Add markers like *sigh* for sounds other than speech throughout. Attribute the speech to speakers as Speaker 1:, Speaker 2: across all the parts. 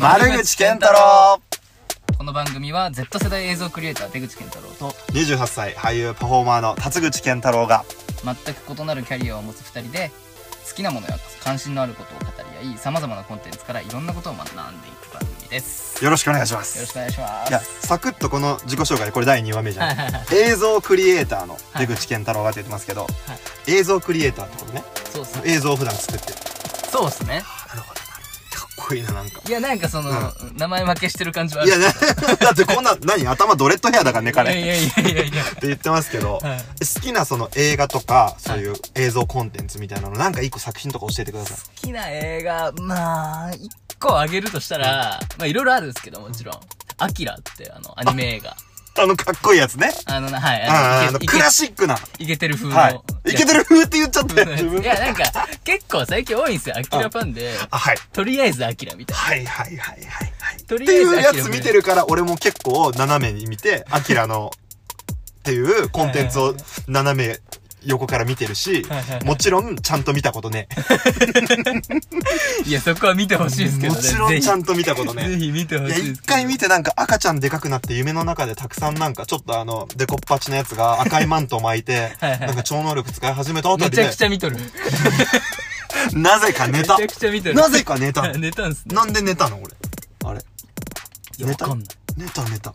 Speaker 1: 丸口健太郎
Speaker 2: この番組は Z 世代映像クリエイター出口健太郎と
Speaker 1: !28 歳俳優パフォーマーの辰口健太郎が
Speaker 2: 全く異なるキャリアを持つ2人で好きなものや関心のあることを語り合いさまざまなコンテンツからいろんなことを学んでいく番組ですよ
Speaker 1: よろしくお願いします
Speaker 2: ろしくお願いしま
Speaker 1: いや、
Speaker 2: す
Speaker 1: サクッとこの自己紹介、これ第2話目じゃ
Speaker 2: は
Speaker 1: ない
Speaker 2: いはいはい
Speaker 1: 映像クリエイターの出口健太郎がって言ってますけど、映像クリエイターってことね。
Speaker 2: そうっすね
Speaker 1: 映像を普段作ってる。
Speaker 2: そうっすね
Speaker 1: なるほど。かっこいいな、なんか。
Speaker 2: いやなんかその、名前負けしてる感じはあ
Speaker 1: い
Speaker 2: る
Speaker 1: や、
Speaker 2: *laughs*
Speaker 1: なだってこんな、何頭ドレッドヘアだからね、彼。
Speaker 2: い
Speaker 1: っ
Speaker 2: やいやいやいやいや
Speaker 1: て言ってますけど、
Speaker 2: はい
Speaker 1: 好きなその映画とか、そういう映像コンテンツみたいなの、なんか一個作品とか教えてください。
Speaker 2: 好きな映画、まあ、一個あげるとしたら、まあいろいろあるんですけど、もちろん。アキラって、あの、アニメ映画。
Speaker 1: あの、かっこいいやつね。
Speaker 2: あのな、はい。
Speaker 1: あーあ
Speaker 2: の
Speaker 1: の、
Speaker 2: いけ
Speaker 1: クラシックな。
Speaker 2: いけてる風の。
Speaker 1: はい。いけてる風って言っちゃって。 *laughs* 自分
Speaker 2: いや、なんか、結構最近多いんですよ。アキラファンで、
Speaker 1: あ、はい。
Speaker 2: とりあえずアキラみたいな。
Speaker 1: はいはいはいはいはい。
Speaker 2: と
Speaker 1: って
Speaker 2: りあえず
Speaker 1: いうや
Speaker 2: 諦
Speaker 1: つ
Speaker 2: める
Speaker 1: 見てるから、俺も結構斜めに見て、アキラの、っていうコンテンツ
Speaker 2: はい
Speaker 1: を
Speaker 2: はい
Speaker 1: 斜め横から見てるし
Speaker 2: はいはいは、い
Speaker 1: もちろんちゃんと見たことね。
Speaker 2: いや、そこは見てほしいですけど
Speaker 1: も
Speaker 2: ね。
Speaker 1: ちろんちゃ
Speaker 2: ん
Speaker 1: んと見たこと
Speaker 2: ぜ
Speaker 1: ね。
Speaker 2: ひ見てほ
Speaker 1: い
Speaker 2: し
Speaker 1: や、
Speaker 2: いです
Speaker 1: 一
Speaker 2: けど。
Speaker 1: 回見てなんか赤ちゃんでかくなって夢の中でたくさんなんかちょっとあの、デコっぱちのやつが赤いマントを巻いて、
Speaker 2: はいはい
Speaker 1: なんか超能力使い始めたあた
Speaker 2: め
Speaker 1: り
Speaker 2: ちゃ
Speaker 1: で
Speaker 2: く、ちゃ見とる。め
Speaker 1: なぜか寝
Speaker 2: ち
Speaker 1: た。
Speaker 2: ゃくちゃ見とる。
Speaker 1: なぜか寝た。
Speaker 2: *laughs* 寝たんすね。
Speaker 1: なんで寝たの俺。あれ。
Speaker 2: いや
Speaker 1: 寝た
Speaker 2: わかんない
Speaker 1: 寝た寝た。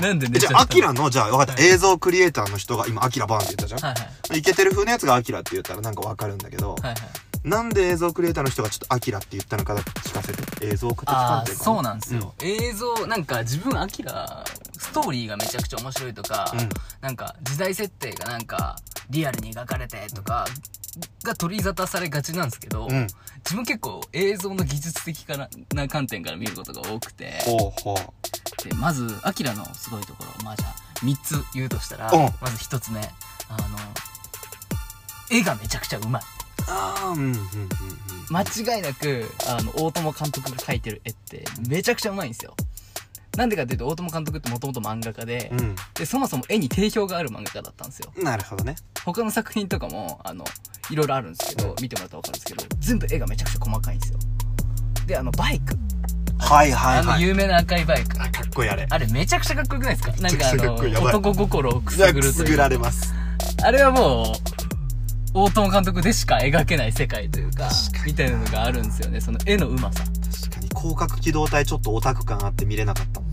Speaker 2: なんで寝
Speaker 1: じ
Speaker 2: ちゃっ
Speaker 1: ゃ
Speaker 2: た
Speaker 1: あ、アキラの、じゃあ、わかった。映像クリエイターの人が、今、アキラバーンって言ったじゃ
Speaker 2: はいはい。
Speaker 1: ん。イケてる風のやつがアキラって言ったらなんかわかるんだけど、
Speaker 2: はいはい。
Speaker 1: なんで映像クリエイターの人がちょっとアキラって言ったのか聞かせて。映像クリエイター
Speaker 2: あ
Speaker 1: っ
Speaker 2: あ
Speaker 1: て
Speaker 2: そうなんですよ、映像なんか自分アキラストーリーがめちゃくちゃ面白いとか、
Speaker 1: うん
Speaker 2: なんか時代設定がなんかリアルに描かれてとかが取り沙汰されがちなんですけど、
Speaker 1: うん
Speaker 2: 自分結構映像の技術的かなな観点から見ることが多くて
Speaker 1: ほうほ
Speaker 2: でまずアキラのすごいところまあじゃあ3つ言うとしたら、
Speaker 1: うん
Speaker 2: まず1つ目あの絵がめちゃくちゃうまい
Speaker 1: ああ、うん、うん、うん。
Speaker 2: 間違いなくあの大友監督が描いてる絵ってめちゃくちゃうまいんですよなんでかっていうと大友監督ってもともと漫画家で,、
Speaker 1: う
Speaker 2: でそもそも絵に定評がある漫画家だったんですよ
Speaker 1: ん。なるほどね。
Speaker 2: 他の作品とかもあのいろいろあるんですけど見てもらったら分かるんですけど全部絵がめちゃくちゃ細かいんですよであのバイク
Speaker 1: はいはい
Speaker 2: あの
Speaker 1: はい。
Speaker 2: 有名な赤いバイク
Speaker 1: あ、かっこいいあれ。
Speaker 2: あれめちゃくちゃかっこよくないですかな
Speaker 1: ち
Speaker 2: ん
Speaker 1: ゃく
Speaker 2: かあ
Speaker 1: ちゃかっこいいや
Speaker 2: の
Speaker 1: ばい
Speaker 2: 男心をくす
Speaker 1: じゃあ、
Speaker 2: ぐ
Speaker 1: く
Speaker 2: る
Speaker 1: す
Speaker 2: と
Speaker 1: ぐ
Speaker 2: いう
Speaker 1: られます。
Speaker 2: あれはもう大友監督でしか描けない世界というかみたいなのがあるんですよねその絵のうまさ
Speaker 1: 確かに、広角機動隊ちょっとオタク感あって見れなかったもん。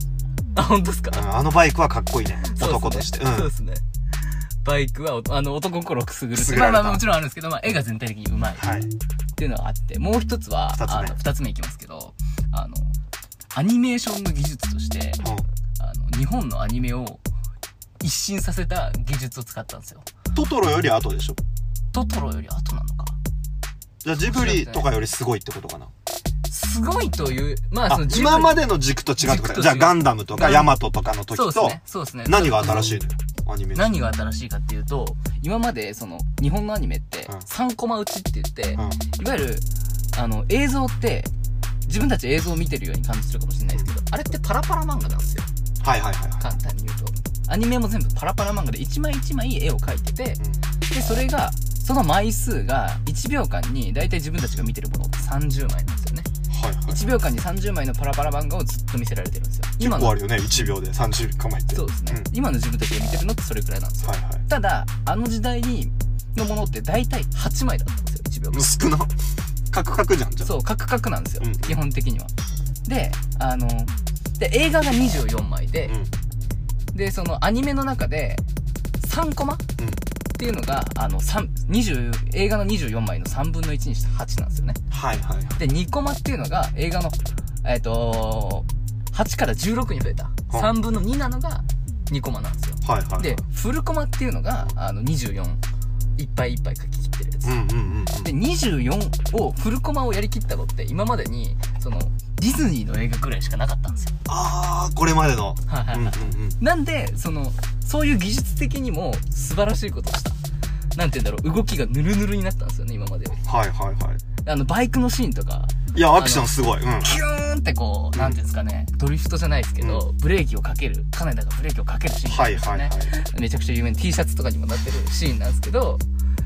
Speaker 2: あ本当ですか
Speaker 1: うんあのバイクはかっこいいね。男として。
Speaker 2: そううんで。すね。バイクはおあの男心をくすぐる
Speaker 1: くすぐら
Speaker 2: まあ
Speaker 1: れた
Speaker 2: まあもちろんあるんですけど、まあ、絵が全体的にうまいっ
Speaker 1: はい。
Speaker 2: ていうのがあってもう一つは
Speaker 1: 二つ目
Speaker 2: あの二つ目いきますけどあのアニメーションの技術として
Speaker 1: う
Speaker 2: あの日本のアニメを一新させた技術を使ったんですよ。
Speaker 1: んトトロより後でしょ
Speaker 2: トトロより後なのか
Speaker 1: じゃあジブリとかよりすごいってことかな。
Speaker 2: すごいというまあそ
Speaker 1: あ
Speaker 2: の、ジブリ
Speaker 1: 今までの軸と違うってこと
Speaker 2: 軸と違
Speaker 1: か。
Speaker 2: う
Speaker 1: じゃあガンダムと
Speaker 2: ガ
Speaker 1: か
Speaker 2: ン
Speaker 1: ヤマトとかの時
Speaker 2: そうです
Speaker 1: と
Speaker 2: ね、そうですね
Speaker 1: 何が新しいのよアニメーション。
Speaker 2: 何が新しいかっていうと今までその日本のアニメって
Speaker 1: うん
Speaker 2: 3コマ打ちって言って、
Speaker 1: うん
Speaker 2: いわゆるあの映像って自分たち映像を見てるように感じするかもしれないですけど、あれってパラパラ漫画なんですよ
Speaker 1: はいはいはいは
Speaker 2: 簡単に言うとアニメも全部パラパラ漫画で一枚一枚絵を描いてて
Speaker 1: い。うん
Speaker 2: でそれがその枚数が1秒間に大体自分たちが見てるものって30枚なんですよね
Speaker 1: はいはい。
Speaker 2: 1秒間に30枚のパラパラ漫画をずっと見せられてるんですよ
Speaker 1: 結
Speaker 2: 今
Speaker 1: 構あ
Speaker 2: の
Speaker 1: るよね。1秒で30構えって。
Speaker 2: そうですね、今の自分たちが見てるのってそれくらいなんです
Speaker 1: うんは
Speaker 2: よ
Speaker 1: いはい。
Speaker 2: ただあの時代にのものって大体8枚だったんですよ1秒間
Speaker 1: 少な。カクカクじゃんじゃあ
Speaker 2: そうカクカクなんですよ、
Speaker 1: うん
Speaker 2: 基本的にはであので映画が24枚で
Speaker 1: うん。、う
Speaker 2: でそのアニメの中で3コマっ
Speaker 1: ん。
Speaker 2: ていうのがあの三20映画の24枚の3分の1にした8なんですよね
Speaker 1: はいはいはい。
Speaker 2: で2コマっていうのが映画のえっ、と8から16に増えた
Speaker 1: うん
Speaker 2: 3分の2なのが2コマなんですよ
Speaker 1: はいはいはい。
Speaker 2: でフルコマっていうのがあの24いっぱいいっぱい書き切ってるやつ、
Speaker 1: うんうんうんうん。
Speaker 2: で24をフルコマをやりきったのって今までにそのディズニーの映画くらいしかなかったんですよ。
Speaker 1: あー、これまでの。
Speaker 2: はいはい
Speaker 1: うんうんうん。
Speaker 2: なんでそのそういう技術的にも素晴らしいことをした。なんて言うんだろう動きがヌルヌルになったんですよね今までより
Speaker 1: はいはいはい。
Speaker 2: あのバイクのシーンとか
Speaker 1: いや、アクションすごい。うん。
Speaker 2: キューンってこうなんていうんですかねドリフトじゃないですけど、ブレーキをかける金田がブレーキをかけるシーンとか
Speaker 1: はい
Speaker 2: ですよ
Speaker 1: はい
Speaker 2: ね、
Speaker 1: はい。
Speaker 2: めちゃくちゃ有名な T シャツとかにもなってるシーンなんですけど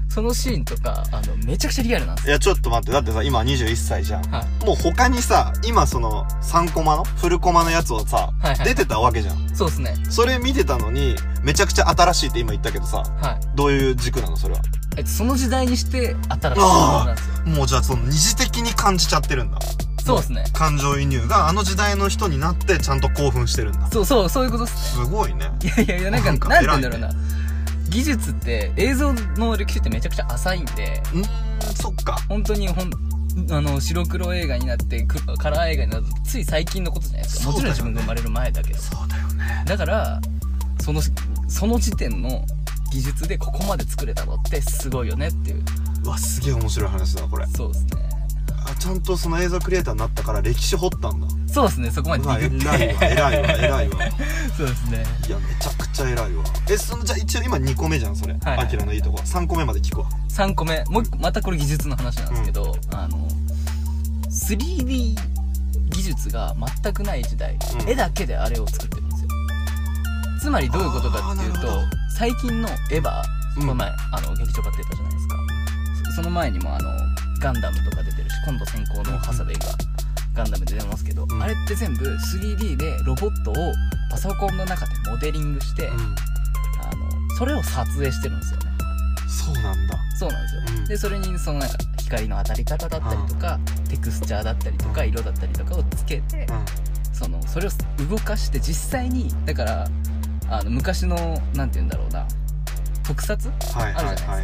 Speaker 2: そのシーンとかあのめちゃくちゃリアルなんです
Speaker 1: いや、ちょっと待って。だってさ、今21歳じゃん。
Speaker 2: よ、はい、
Speaker 1: もう他にさ、今その3コマの、フルコマのやつをさ、
Speaker 2: はいはい
Speaker 1: 出てたわけじゃん。
Speaker 2: そうですね
Speaker 1: それ見てたのに、めちゃくちゃ新しいって今言ったけどさ、
Speaker 2: はい
Speaker 1: どういう軸なのそれは。
Speaker 2: えっとその時代にして新しいものなんですよ
Speaker 1: もうじゃあその二次的に感じちゃってるんだ。
Speaker 2: そうですね
Speaker 1: 感情移入があの時代の人になってちゃんと興奮してるんだ。
Speaker 2: そうそうそういうことっす
Speaker 1: すごいね。
Speaker 2: いやいやいやなんか
Speaker 1: なんか
Speaker 2: なんて言うん
Speaker 1: 偉
Speaker 2: だろう
Speaker 1: いね
Speaker 2: な技術って映像の歴史ってめちゃくちゃ浅いんで
Speaker 1: うーん、そっか。
Speaker 2: 本当にほんあの白黒映画になってくカラー映画になるつい最近のことじゃないですか、
Speaker 1: そう
Speaker 2: もち
Speaker 1: だ
Speaker 2: ろん
Speaker 1: よね
Speaker 2: 自分が生まれる前だけど
Speaker 1: そうだよね。
Speaker 2: だからそのその時点の技術でここまで作れたのってすごいよねっていう
Speaker 1: うわ、すげえ面白い話だ、これ。
Speaker 2: そうですね
Speaker 1: あちゃんとその映像クリエイターになったから歴史掘ったんだ。
Speaker 2: そうですねそこまで
Speaker 1: うわ、
Speaker 2: デ
Speaker 1: 偉
Speaker 2: ィグ
Speaker 1: い
Speaker 2: っ
Speaker 1: わ、
Speaker 2: て *laughs*
Speaker 1: 偉いわ、偉いわ。
Speaker 2: そうですね
Speaker 1: いや、めちゃくちゃ偉いわ。え、その、じゃあ一応今2個目じゃん、それ。
Speaker 2: はいはい
Speaker 1: アキラのいいとこ。3個目まで聞くわ。
Speaker 2: 3個目もう一個またこれ技術の話なんですけど、あの 3D 技術が全くない時代、
Speaker 1: うん
Speaker 2: 絵だけであれを作ってるんですよつまりどういうことかっていう
Speaker 1: あー
Speaker 2: と
Speaker 1: なるほど
Speaker 2: 最近のエヴァ
Speaker 1: うん
Speaker 2: この前、あの劇場版出たじゃないですかそその前にもあのガンダムとか出てるし今度先行のハサウェイがガンダムで出ますけど、
Speaker 1: うん
Speaker 2: あれって全部 3D でロボットをパソコンの中でモデリングして、
Speaker 1: う
Speaker 2: あのそれを撮影してるんですよね
Speaker 1: ん。そうなんだ。
Speaker 2: そうなんですよ、
Speaker 1: うん
Speaker 2: でそれにそのなんか光の当たり方だったりとか、テクスチャーだったりとか色だったりとかをつけてそのそれを動かして実際にだからあの昔のなんて言うんだろうな特撮
Speaker 1: はいはいはいはいはい。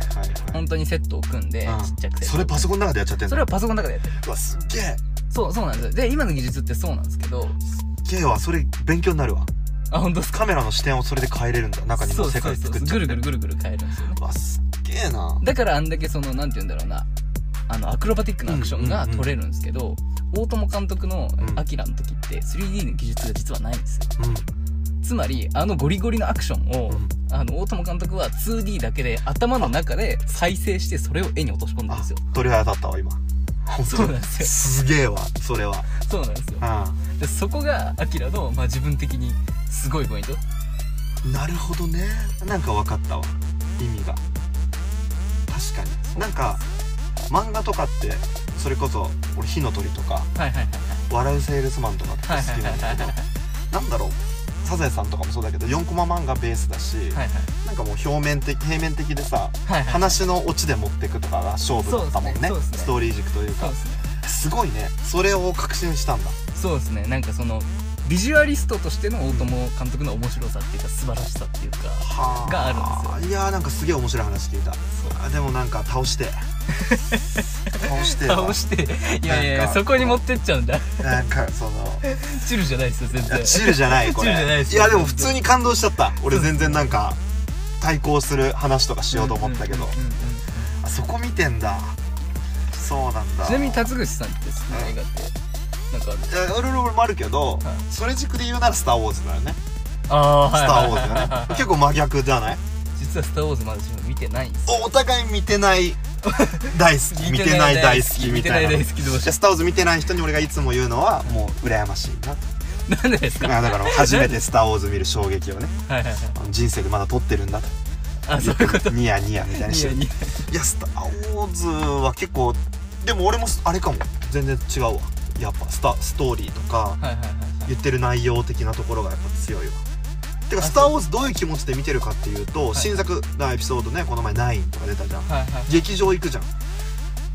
Speaker 2: 本当にセットを組んで、
Speaker 1: うん
Speaker 2: ちっちゃくて
Speaker 1: それパソコンの中でやっちゃってん
Speaker 2: そ
Speaker 1: の
Speaker 2: れはパソコンの中でやってる
Speaker 1: うわ、すっげえ。
Speaker 2: そうそうなんですよで今の技術ってそうなんですけど
Speaker 1: ゲイはそれ勉強になるわ
Speaker 2: あ本当ですか
Speaker 1: カメラの視点をそれで変えれるんだ中に
Speaker 2: そ
Speaker 1: の
Speaker 2: う
Speaker 1: 世界
Speaker 2: そう
Speaker 1: 作
Speaker 2: そ
Speaker 1: っ
Speaker 2: う
Speaker 1: ちゃ
Speaker 2: ぐ
Speaker 1: って
Speaker 2: るぐるぐるぐる変えるんですよね
Speaker 1: うわすっげえな
Speaker 2: だからあんだけそのなんて言うんだろうなあのアクロバティックなアクション
Speaker 1: うん
Speaker 2: が
Speaker 1: うんうん
Speaker 2: 取れるんですけど、大友監督の
Speaker 1: う
Speaker 2: 「
Speaker 1: ん
Speaker 2: アキラの時って 3D の技術が実はないんですよ
Speaker 1: うん
Speaker 2: つまりあのゴリゴリのアクションを、
Speaker 1: うん
Speaker 2: あの大友監督は 2D だけで頭の中で再生してそれを絵に落とし込んだん
Speaker 1: あ
Speaker 2: ですよ
Speaker 1: 鳥肌立ったわ今本当
Speaker 2: そうなん
Speaker 1: に
Speaker 2: ですよ
Speaker 1: すげえわそれは
Speaker 2: そうなんですよ
Speaker 1: う
Speaker 2: でそこがアキラの、まあ、自分的にすごいポイント
Speaker 1: んなるほどねなんか分かったわ意味が確かになんか漫画とかってそれこそ俺火の鳥とか
Speaker 2: はいはい
Speaker 1: 笑うセールスマンとかって好
Speaker 2: はいはい
Speaker 1: き
Speaker 2: は
Speaker 1: なん
Speaker 2: い
Speaker 1: だ
Speaker 2: はい
Speaker 1: け
Speaker 2: はい
Speaker 1: どなんだろうサザエさんとかもそうだけど4コマ漫画ベースだし、
Speaker 2: はい
Speaker 1: なんかもう表面的平面的でさ
Speaker 2: はいはいはい
Speaker 1: 話のオチで持ってくとかが勝負だったもんね
Speaker 2: そうですねそうですね
Speaker 1: ストーリー軸という
Speaker 2: そう
Speaker 1: か
Speaker 2: ですね
Speaker 1: すごいねそれを確信したんだ
Speaker 2: そうですねなんかそのビジュアリストとしての大友監督の面白さっていうか素晴らしさっていうか
Speaker 1: はあ
Speaker 2: があ
Speaker 1: るんですよいやーなんかすげえ面白い話聞いたあでもなんか倒
Speaker 2: *laughs*
Speaker 1: して倒して
Speaker 2: 倒していやいやい
Speaker 1: なん
Speaker 2: や
Speaker 1: か
Speaker 2: そこに持ってっちゃうんだ
Speaker 1: なんかその
Speaker 2: チルじゃないですよ全
Speaker 1: いや
Speaker 2: 然
Speaker 1: チルじゃないこれ
Speaker 2: チルじゃないです
Speaker 1: いやでも普通に感動しちゃった俺全然なんか対抗する話とかしようと思ったけど
Speaker 2: うんうんうんうん
Speaker 1: あそこ見てんだそうなんだ
Speaker 2: ちなみに辰口さんって好きな映画ってなんかある
Speaker 1: いや俺もあるけど、
Speaker 2: い
Speaker 1: それ軸で言うなら「スター・ウォーズ」だよね「
Speaker 2: あ
Speaker 1: スター・ウォーズ」だ
Speaker 2: *laughs*
Speaker 1: よね結構真逆じゃない
Speaker 2: 実は「スター・ウォーズ」まだ自分見てないんですよ
Speaker 1: おお互い見てない大好
Speaker 2: *laughs*
Speaker 1: き見てない大好きみ
Speaker 2: 見て
Speaker 1: た
Speaker 2: ないい
Speaker 1: な
Speaker 2: 大好き同士
Speaker 1: じゃあスター・ウォーズ見てない人に俺がいつも言うのはもう羨ましいな
Speaker 2: なんでですか
Speaker 1: あだから初
Speaker 2: *laughs*
Speaker 1: めて「スター・ウォーズ」見る衝撃をね
Speaker 2: はいはいはい
Speaker 1: あの人生でまだ撮ってるんだと
Speaker 2: あそういうこと
Speaker 1: ニヤニヤみたいに
Speaker 2: い
Speaker 1: して
Speaker 2: や
Speaker 1: る
Speaker 2: いや
Speaker 1: いや「スター・ウォーズ」は結構でも俺もあれかも全然違うわやっぱスタストーリーとか
Speaker 2: はいはいはいはい
Speaker 1: 言ってる内容的なところがやっぱ強いわてか「
Speaker 2: あ
Speaker 1: スター・ウォーズ」どういう気持ちで見てるかっていうと
Speaker 2: い
Speaker 1: 新作なエピソードねこの前9とか出たじゃん
Speaker 2: はいはい
Speaker 1: 劇場行くじゃん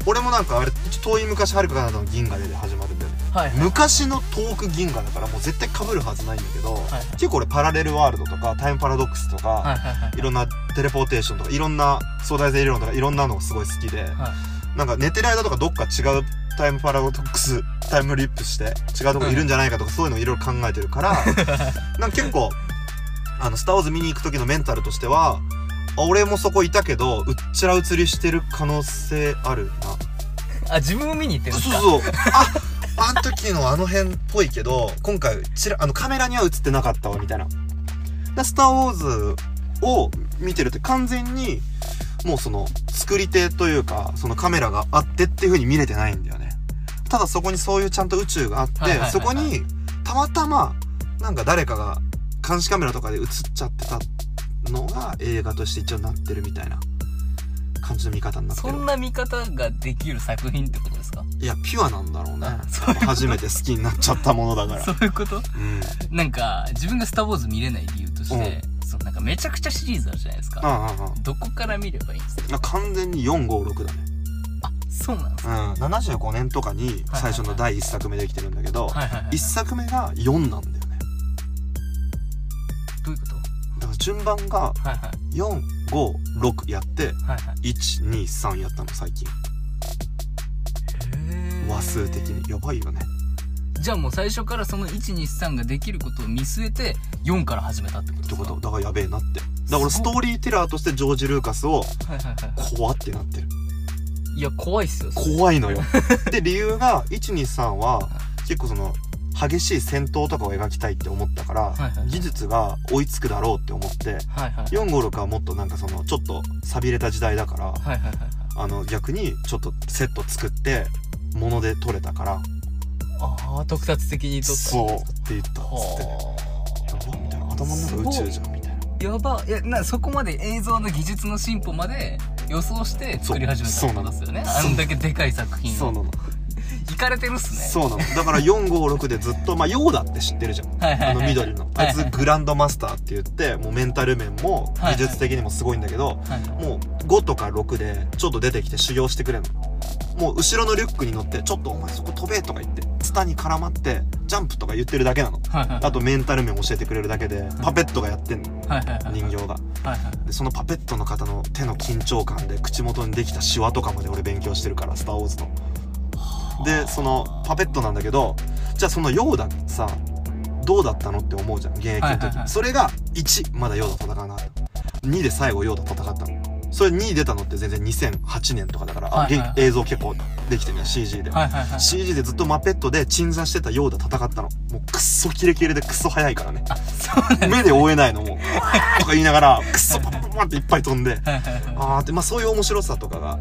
Speaker 1: 俺もなんかあれ遠い昔はるか彼方の銀河で始まるんだよね
Speaker 2: はいはい
Speaker 1: 昔の遠く銀河だからもう絶対被るはずないんだけど、
Speaker 2: はい
Speaker 1: 結構俺パラレルワールドとかタイムパラドックスとか、
Speaker 2: はいはいはい
Speaker 1: い、ろんなテレポーテーションとかいろんな相対性理論とかいろんなのがすごい好きで、
Speaker 2: は
Speaker 1: なんか寝てる間とかどっか違うタイムパラドックスタイムリップして違うとこいるんじゃないかとかそういうのをいろいろ考えてるからなんか結構「あのスター・ウォーズ」見に行く時のメンタルとしてはあ俺もそこいたけどうっちらうつりしてる可能性あるな
Speaker 2: あ自分を見に行ってるんです
Speaker 1: そうそ
Speaker 2: か
Speaker 1: うあ *laughs* あの時のあの辺っぽいけど今回ちらあのカメラには映ってなかったわみたいな「だスター・ウォーズ」を見てるって完全にもうその作り手というかそのカメラがあってっていう風に見れてないんだよねただそこにそういうちゃんと宇宙があって、
Speaker 2: はいはいはいはい
Speaker 1: そこにたまたまなんか誰かが監視カメラとかで映っちゃってたのが映画として一応なってるみたいな感じの見方になって
Speaker 2: そ
Speaker 1: る
Speaker 2: んな見方ができる作品ってことですか
Speaker 1: いやピュアなんだろうね
Speaker 2: あそういうこと
Speaker 1: 初めて好きになっちゃったもの *laughs* だから
Speaker 2: そういうこと
Speaker 1: うん
Speaker 2: なんか自分が「スター・ウォーズ」見れない理由として、そのなんかめちゃくちゃシリーズあるじゃないです
Speaker 1: う
Speaker 2: か、
Speaker 1: んうんうん
Speaker 2: どこから見ればいいんですか
Speaker 1: あ完全に456だね
Speaker 2: あそうなんです
Speaker 1: うん75年とかに
Speaker 2: はい
Speaker 1: 最初の第1作目できてるんだけど、
Speaker 2: かはいはいはい、
Speaker 1: 1作目が4なんだよね
Speaker 2: どういうこと
Speaker 1: だから順番が
Speaker 2: はいはい
Speaker 1: 456やって
Speaker 2: はいはい
Speaker 1: 123やったの最近
Speaker 2: へー
Speaker 1: 話数的にやばいよね
Speaker 2: じゃあもう最初からその123ができることを見据えて4から始めたって
Speaker 1: っ
Speaker 2: ことで
Speaker 1: て
Speaker 2: すか
Speaker 1: ことだからやべえなってだから
Speaker 2: す
Speaker 1: スト
Speaker 2: ごい
Speaker 1: ーリーテラーとしてジョージ・ルーカスを
Speaker 2: はいはいはいは
Speaker 1: 怖ってなってる
Speaker 2: いいや怖いっすよそれ
Speaker 1: 怖いのよで理由が123は結構その激しい戦闘とかを描きたいって思ったから、
Speaker 2: いはいはい
Speaker 1: 技術が追いつくだろうって思って
Speaker 2: はいはい
Speaker 1: 456はもっとなんかそのちょっと寂れた時代だから、
Speaker 2: はいはいはいはい
Speaker 1: あの逆にちょっとセット作って物で撮れたから
Speaker 2: ああ特撮的に撮った
Speaker 1: そうって言ったっつって
Speaker 2: は
Speaker 1: やばみたいな頭の中宇宙じゃんみたいな
Speaker 2: あやばいやなそこまで映像の技術の進歩まで予想して作り始めたってことですよね
Speaker 1: そうそうなの
Speaker 2: あんだけでかい作品
Speaker 1: そう
Speaker 2: を
Speaker 1: なの
Speaker 2: いかれてるっすね
Speaker 1: そうなのだから456でずっとまあヨーダって知ってるじゃん
Speaker 2: はいはい
Speaker 1: あ
Speaker 2: はい
Speaker 1: の緑のあいつ
Speaker 2: はい
Speaker 1: グランドマスターって言ってもうメンタル面も
Speaker 2: はいはい
Speaker 1: 技術的にもすごいんだけど
Speaker 2: はいはい
Speaker 1: もう5とか6でちょっと出てきて修行してくれんのもう後ろのリュックに乗って「ちょっとお前そこ飛べ」とか言ってツタに絡まってジャンプとか言ってるだけなの
Speaker 2: はいはい
Speaker 1: あとメンタル面教えてくれるだけでパペットがやってんの
Speaker 2: はいはいはい
Speaker 1: 人形が
Speaker 2: はいはい
Speaker 1: でそのパペットの方の手の緊張感で口元にできたシワとかまで俺勉強してるから「スター・ウォーズ」の。でそのパペットなんだけどじゃあそのヨーダってさどうだったのって思うじゃん現役の時、
Speaker 2: はいはいはい
Speaker 1: それが1まだヨーダ戦わなかった2で最後ヨーダ戦ったのそれ2出たのって全然2008年とかだから、あ
Speaker 2: はいはいはい
Speaker 1: げ映像結構できてるね CG で、
Speaker 2: はいはいはい
Speaker 1: CG でずっとマペットで鎮座してたヨーダ戦ったのもうクッソキレキレでクッソ速いからね
Speaker 2: あそうなんだ
Speaker 1: 目で追えないのもうとか言いながらクッソパパパパっていっぱい飛んで
Speaker 2: はいはいはい
Speaker 1: あーってまあそういう面白さとかが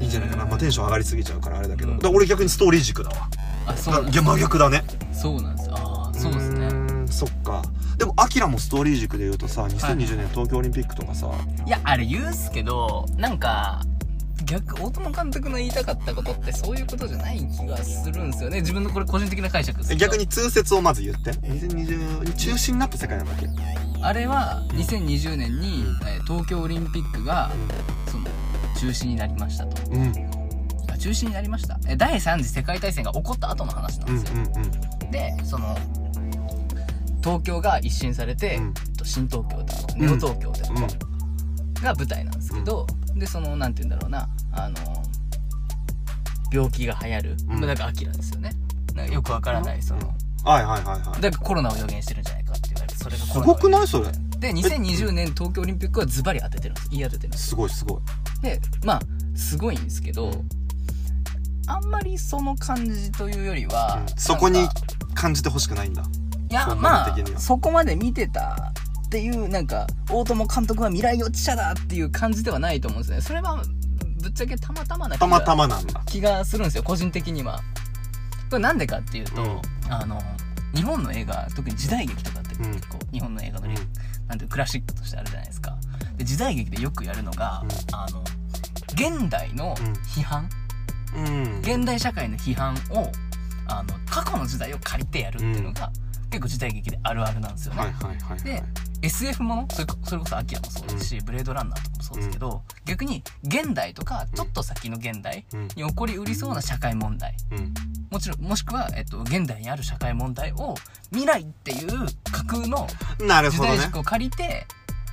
Speaker 1: いいんじゃないかな、まあ、テンション上がりすぎちゃうからあれだけど、
Speaker 2: うん
Speaker 1: だから俺逆にストーリー軸だわ
Speaker 2: あそうなん
Speaker 1: だ
Speaker 2: だ
Speaker 1: いや真逆だね
Speaker 2: そうなんですああそうですね
Speaker 1: ーんそっかでもアキラもストーリー軸で言うとさ2020年東京オリンピックとかさ、
Speaker 2: いやあれ言うっすけどなんか逆大友監督の言いたかったことってそういうことじゃない気がするんですよね自分のこれ個人的な解釈ですけど
Speaker 1: 逆に通説をまず言って2020に中心になった世界なわけ、うん、
Speaker 2: あれは2020年に、えー東京オリンピックがその中止になりましたと
Speaker 1: うんうん
Speaker 2: あ中止になりましたえ第3次世界大戦が起こった後の話なん
Speaker 1: うん
Speaker 2: ですよ、でその東京が一新されて、
Speaker 1: うん
Speaker 2: えっと新東京ってことネオ東京ってこと、
Speaker 1: うん
Speaker 2: が舞台なんですけど、でそのなんて言うんだろうなあの病気が流行る、
Speaker 1: うん
Speaker 2: だからアキラですよねなんかよくわからないその、
Speaker 1: はいはいはいはい
Speaker 2: だからコロナを予言してるんじゃないかって言われてそれが
Speaker 1: す
Speaker 2: コロナ
Speaker 1: ご
Speaker 2: を
Speaker 1: くないそれ
Speaker 2: で2020年東京オリンピックはズバリ当ててるんです言い当ててるんです
Speaker 1: すごいすごい
Speaker 2: でまあすごいんですけど、
Speaker 1: うん
Speaker 2: あんまりその感じというよりは、
Speaker 1: うんそこに
Speaker 2: なんか
Speaker 1: 感じてほしくないんだ
Speaker 2: いや
Speaker 1: そんな
Speaker 2: ま
Speaker 1: の
Speaker 2: あ
Speaker 1: 的には
Speaker 2: そこまで見てたっていうなんか大友監督は未来予知者だっていう感じではないと思うんですねそれはぶっちゃけたまたまな気
Speaker 1: た
Speaker 2: が
Speaker 1: またまなんだ
Speaker 2: 気がするんですよ個人的にはこれなんでかっていうと、
Speaker 1: うん
Speaker 2: あの日本の映画特に時代劇とかって
Speaker 1: うん
Speaker 2: 結構、日本の映画
Speaker 1: う
Speaker 2: の、
Speaker 1: ん
Speaker 2: なんていうクラシックとしてあるじゃないですかで時代劇でよくやるのが、
Speaker 1: うん
Speaker 2: あの現代の
Speaker 1: うん
Speaker 2: 批判、
Speaker 1: うん
Speaker 2: 現代社会の批判をあの過去の時代を借りてやるっていうのが、結構時代劇であるあるなんですよね、
Speaker 1: はいはいはいはい
Speaker 2: で SF ものそれこそれこそアキラもそうですし、ブレードランナーとかもそうですけど、逆に現代とかちょっと先の現代
Speaker 1: うん
Speaker 2: に起こりうりそうな社会問題
Speaker 1: うん
Speaker 2: もちろんもしくは、えっと、現代にある社会問題を未来っていう架空の
Speaker 1: なる
Speaker 2: 時
Speaker 1: ほど
Speaker 2: 代
Speaker 1: ね
Speaker 2: 軸を借りて、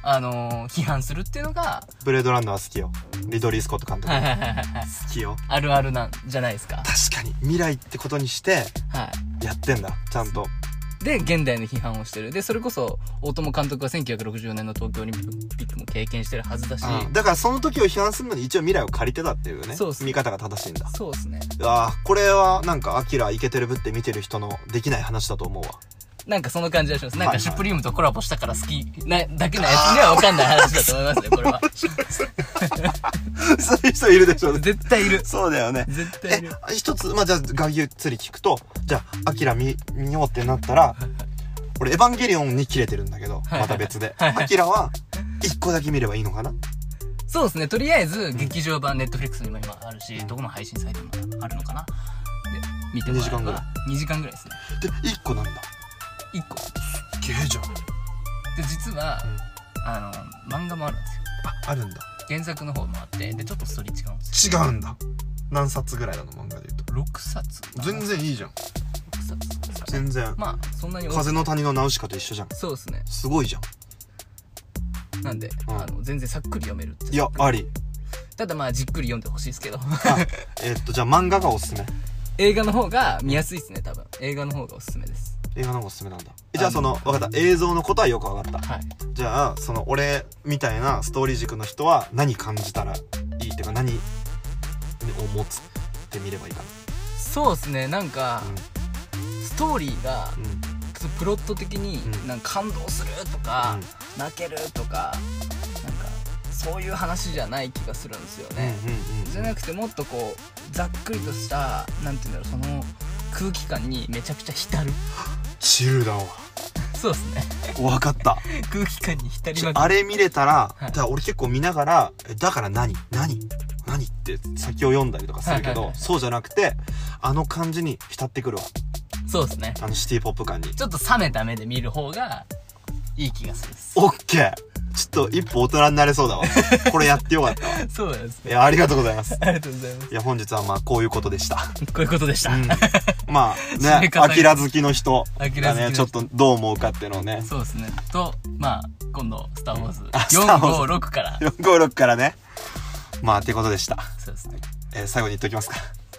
Speaker 2: あのー批判するっていうのが
Speaker 1: ブレードランナー好きよリドリー・スコット監督
Speaker 2: はい
Speaker 1: 好
Speaker 2: はいはいはい
Speaker 1: きよ
Speaker 2: あるあるなんじゃないですか。
Speaker 1: 確かに未来ってことにして
Speaker 2: は
Speaker 1: やってんだちゃんと
Speaker 2: い、で現代の批判をしてるでそれこそ大友監督は1964年の東京オリンピックも経験してるはずだし、
Speaker 1: うんだからその時を批判するのに一応未来を借りてたっていうね
Speaker 2: そうっす
Speaker 1: 見方が正しいんだ
Speaker 2: そうですね
Speaker 1: あーこれはなんかアキライケてるぶって見てる人のできない話だと思うわ
Speaker 2: なんかその感じがします。なん
Speaker 1: はいは
Speaker 2: か
Speaker 1: い
Speaker 2: シュプリームとコラボしたから好きなだけのやつにはわかんない話だと思いますね、これは。
Speaker 1: *laughs* そういう人いるでしょ
Speaker 2: 絶対いる。
Speaker 1: *laughs* そうだよね
Speaker 2: 絶対いる。
Speaker 1: え一つまあじゃあ外遊釣り聞くとじゃあアキラ見見ようってなったら俺エヴァンゲリオンに切れてるんだけど
Speaker 2: はいはい
Speaker 1: また別で
Speaker 2: はいはい
Speaker 1: アキラは一個だけ見ればいいのかな
Speaker 2: そうですねとりあえず劇場版ネットフリックスにも今あるしどこの配信サイトにもあるのかなで見てもら
Speaker 1: 2時
Speaker 2: えば
Speaker 1: 間ぐらい
Speaker 2: 2時間ぐらいですね
Speaker 1: で1個なんだ
Speaker 2: 1個
Speaker 1: ゲーじゃん
Speaker 2: で実は
Speaker 1: うん
Speaker 2: あの漫画もあるんですよ
Speaker 1: ああるんだ
Speaker 2: 原作の方もあってでちょっとストーリー違うんですよ
Speaker 1: 違うんだ何冊ぐらいなの漫画で言うと
Speaker 2: 6冊
Speaker 1: 全然いいじゃん
Speaker 2: 6冊ですかね
Speaker 1: 全然
Speaker 2: まあそんなに多く
Speaker 1: 風の谷のナウシカと一緒じゃん
Speaker 2: そうですね
Speaker 1: すごいじゃん
Speaker 2: なんで、
Speaker 1: うん
Speaker 2: あの全然さっくり読めるって
Speaker 1: いやあり
Speaker 2: ただまあじっくり読んでほしいですけど
Speaker 1: えっとじゃあ漫画がおすすめ
Speaker 2: *laughs* 映画の方が見やすいですね多分映画の方がおすすめです
Speaker 1: 映画の方がおすすめなんだえじゃあ
Speaker 2: あの
Speaker 1: その分かった映像のことはよく分かった
Speaker 2: はい
Speaker 1: じゃあその俺みたいなストーリー軸の人は何感じたらいいっていうか何を持つって見ればいいか
Speaker 2: そうですねなんか
Speaker 1: なうん
Speaker 2: ストーリーが
Speaker 1: うん
Speaker 2: プロット的に
Speaker 1: うん
Speaker 2: なんか感動するとか、泣けるとかなんかそういう話じゃない気がするんですよ
Speaker 1: うんうん
Speaker 2: ね、じゃなくてもっとこうざっくりとしたなんて言うんだろうその空気感にめちゃくちゃ浸る
Speaker 1: チルだわ
Speaker 2: *laughs* そうですね
Speaker 1: 分かった
Speaker 2: 空気感に浸り
Speaker 1: ち
Speaker 2: ま
Speaker 1: ょ
Speaker 2: くる
Speaker 1: あれ見れたら、
Speaker 2: はい
Speaker 1: だから俺結構見ながらえだから何何何って先を読んだりとかするけ
Speaker 2: はいはい
Speaker 1: ど
Speaker 2: はい
Speaker 1: そうじゃなくてあの感じに浸ってくるわ
Speaker 2: そうですね
Speaker 1: あのシティポップ感に
Speaker 2: ちょっと冷めた目で見る方がいい気がするっす
Speaker 1: オッケーちょっと一歩大人になれそうだわこれやってよかったわい
Speaker 2: そうなんですね
Speaker 1: やありがとうございます
Speaker 2: ありがとうございます
Speaker 1: いや本日はまあこういうことでした
Speaker 2: こういうことでした、
Speaker 1: うん、まあ
Speaker 2: 締
Speaker 1: *laughs* ね
Speaker 2: め
Speaker 1: ア
Speaker 2: 方が
Speaker 1: キラ好きの人
Speaker 2: アキ
Speaker 1: が
Speaker 2: ラ好きの
Speaker 1: ね
Speaker 2: 人
Speaker 1: ちょっとどう思うかっていうのをね
Speaker 2: そうですねとまあ今度「スター・ウォーズ
Speaker 1: あ」スターウォーズ
Speaker 2: 456から
Speaker 1: *laughs* 456からねまあっていうことでした、
Speaker 2: そうですね
Speaker 1: えー最後に言っときますか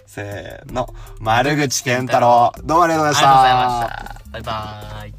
Speaker 1: せーの丸口健太郎どうもありがとうございました
Speaker 2: ありがとうございましたバイバーイ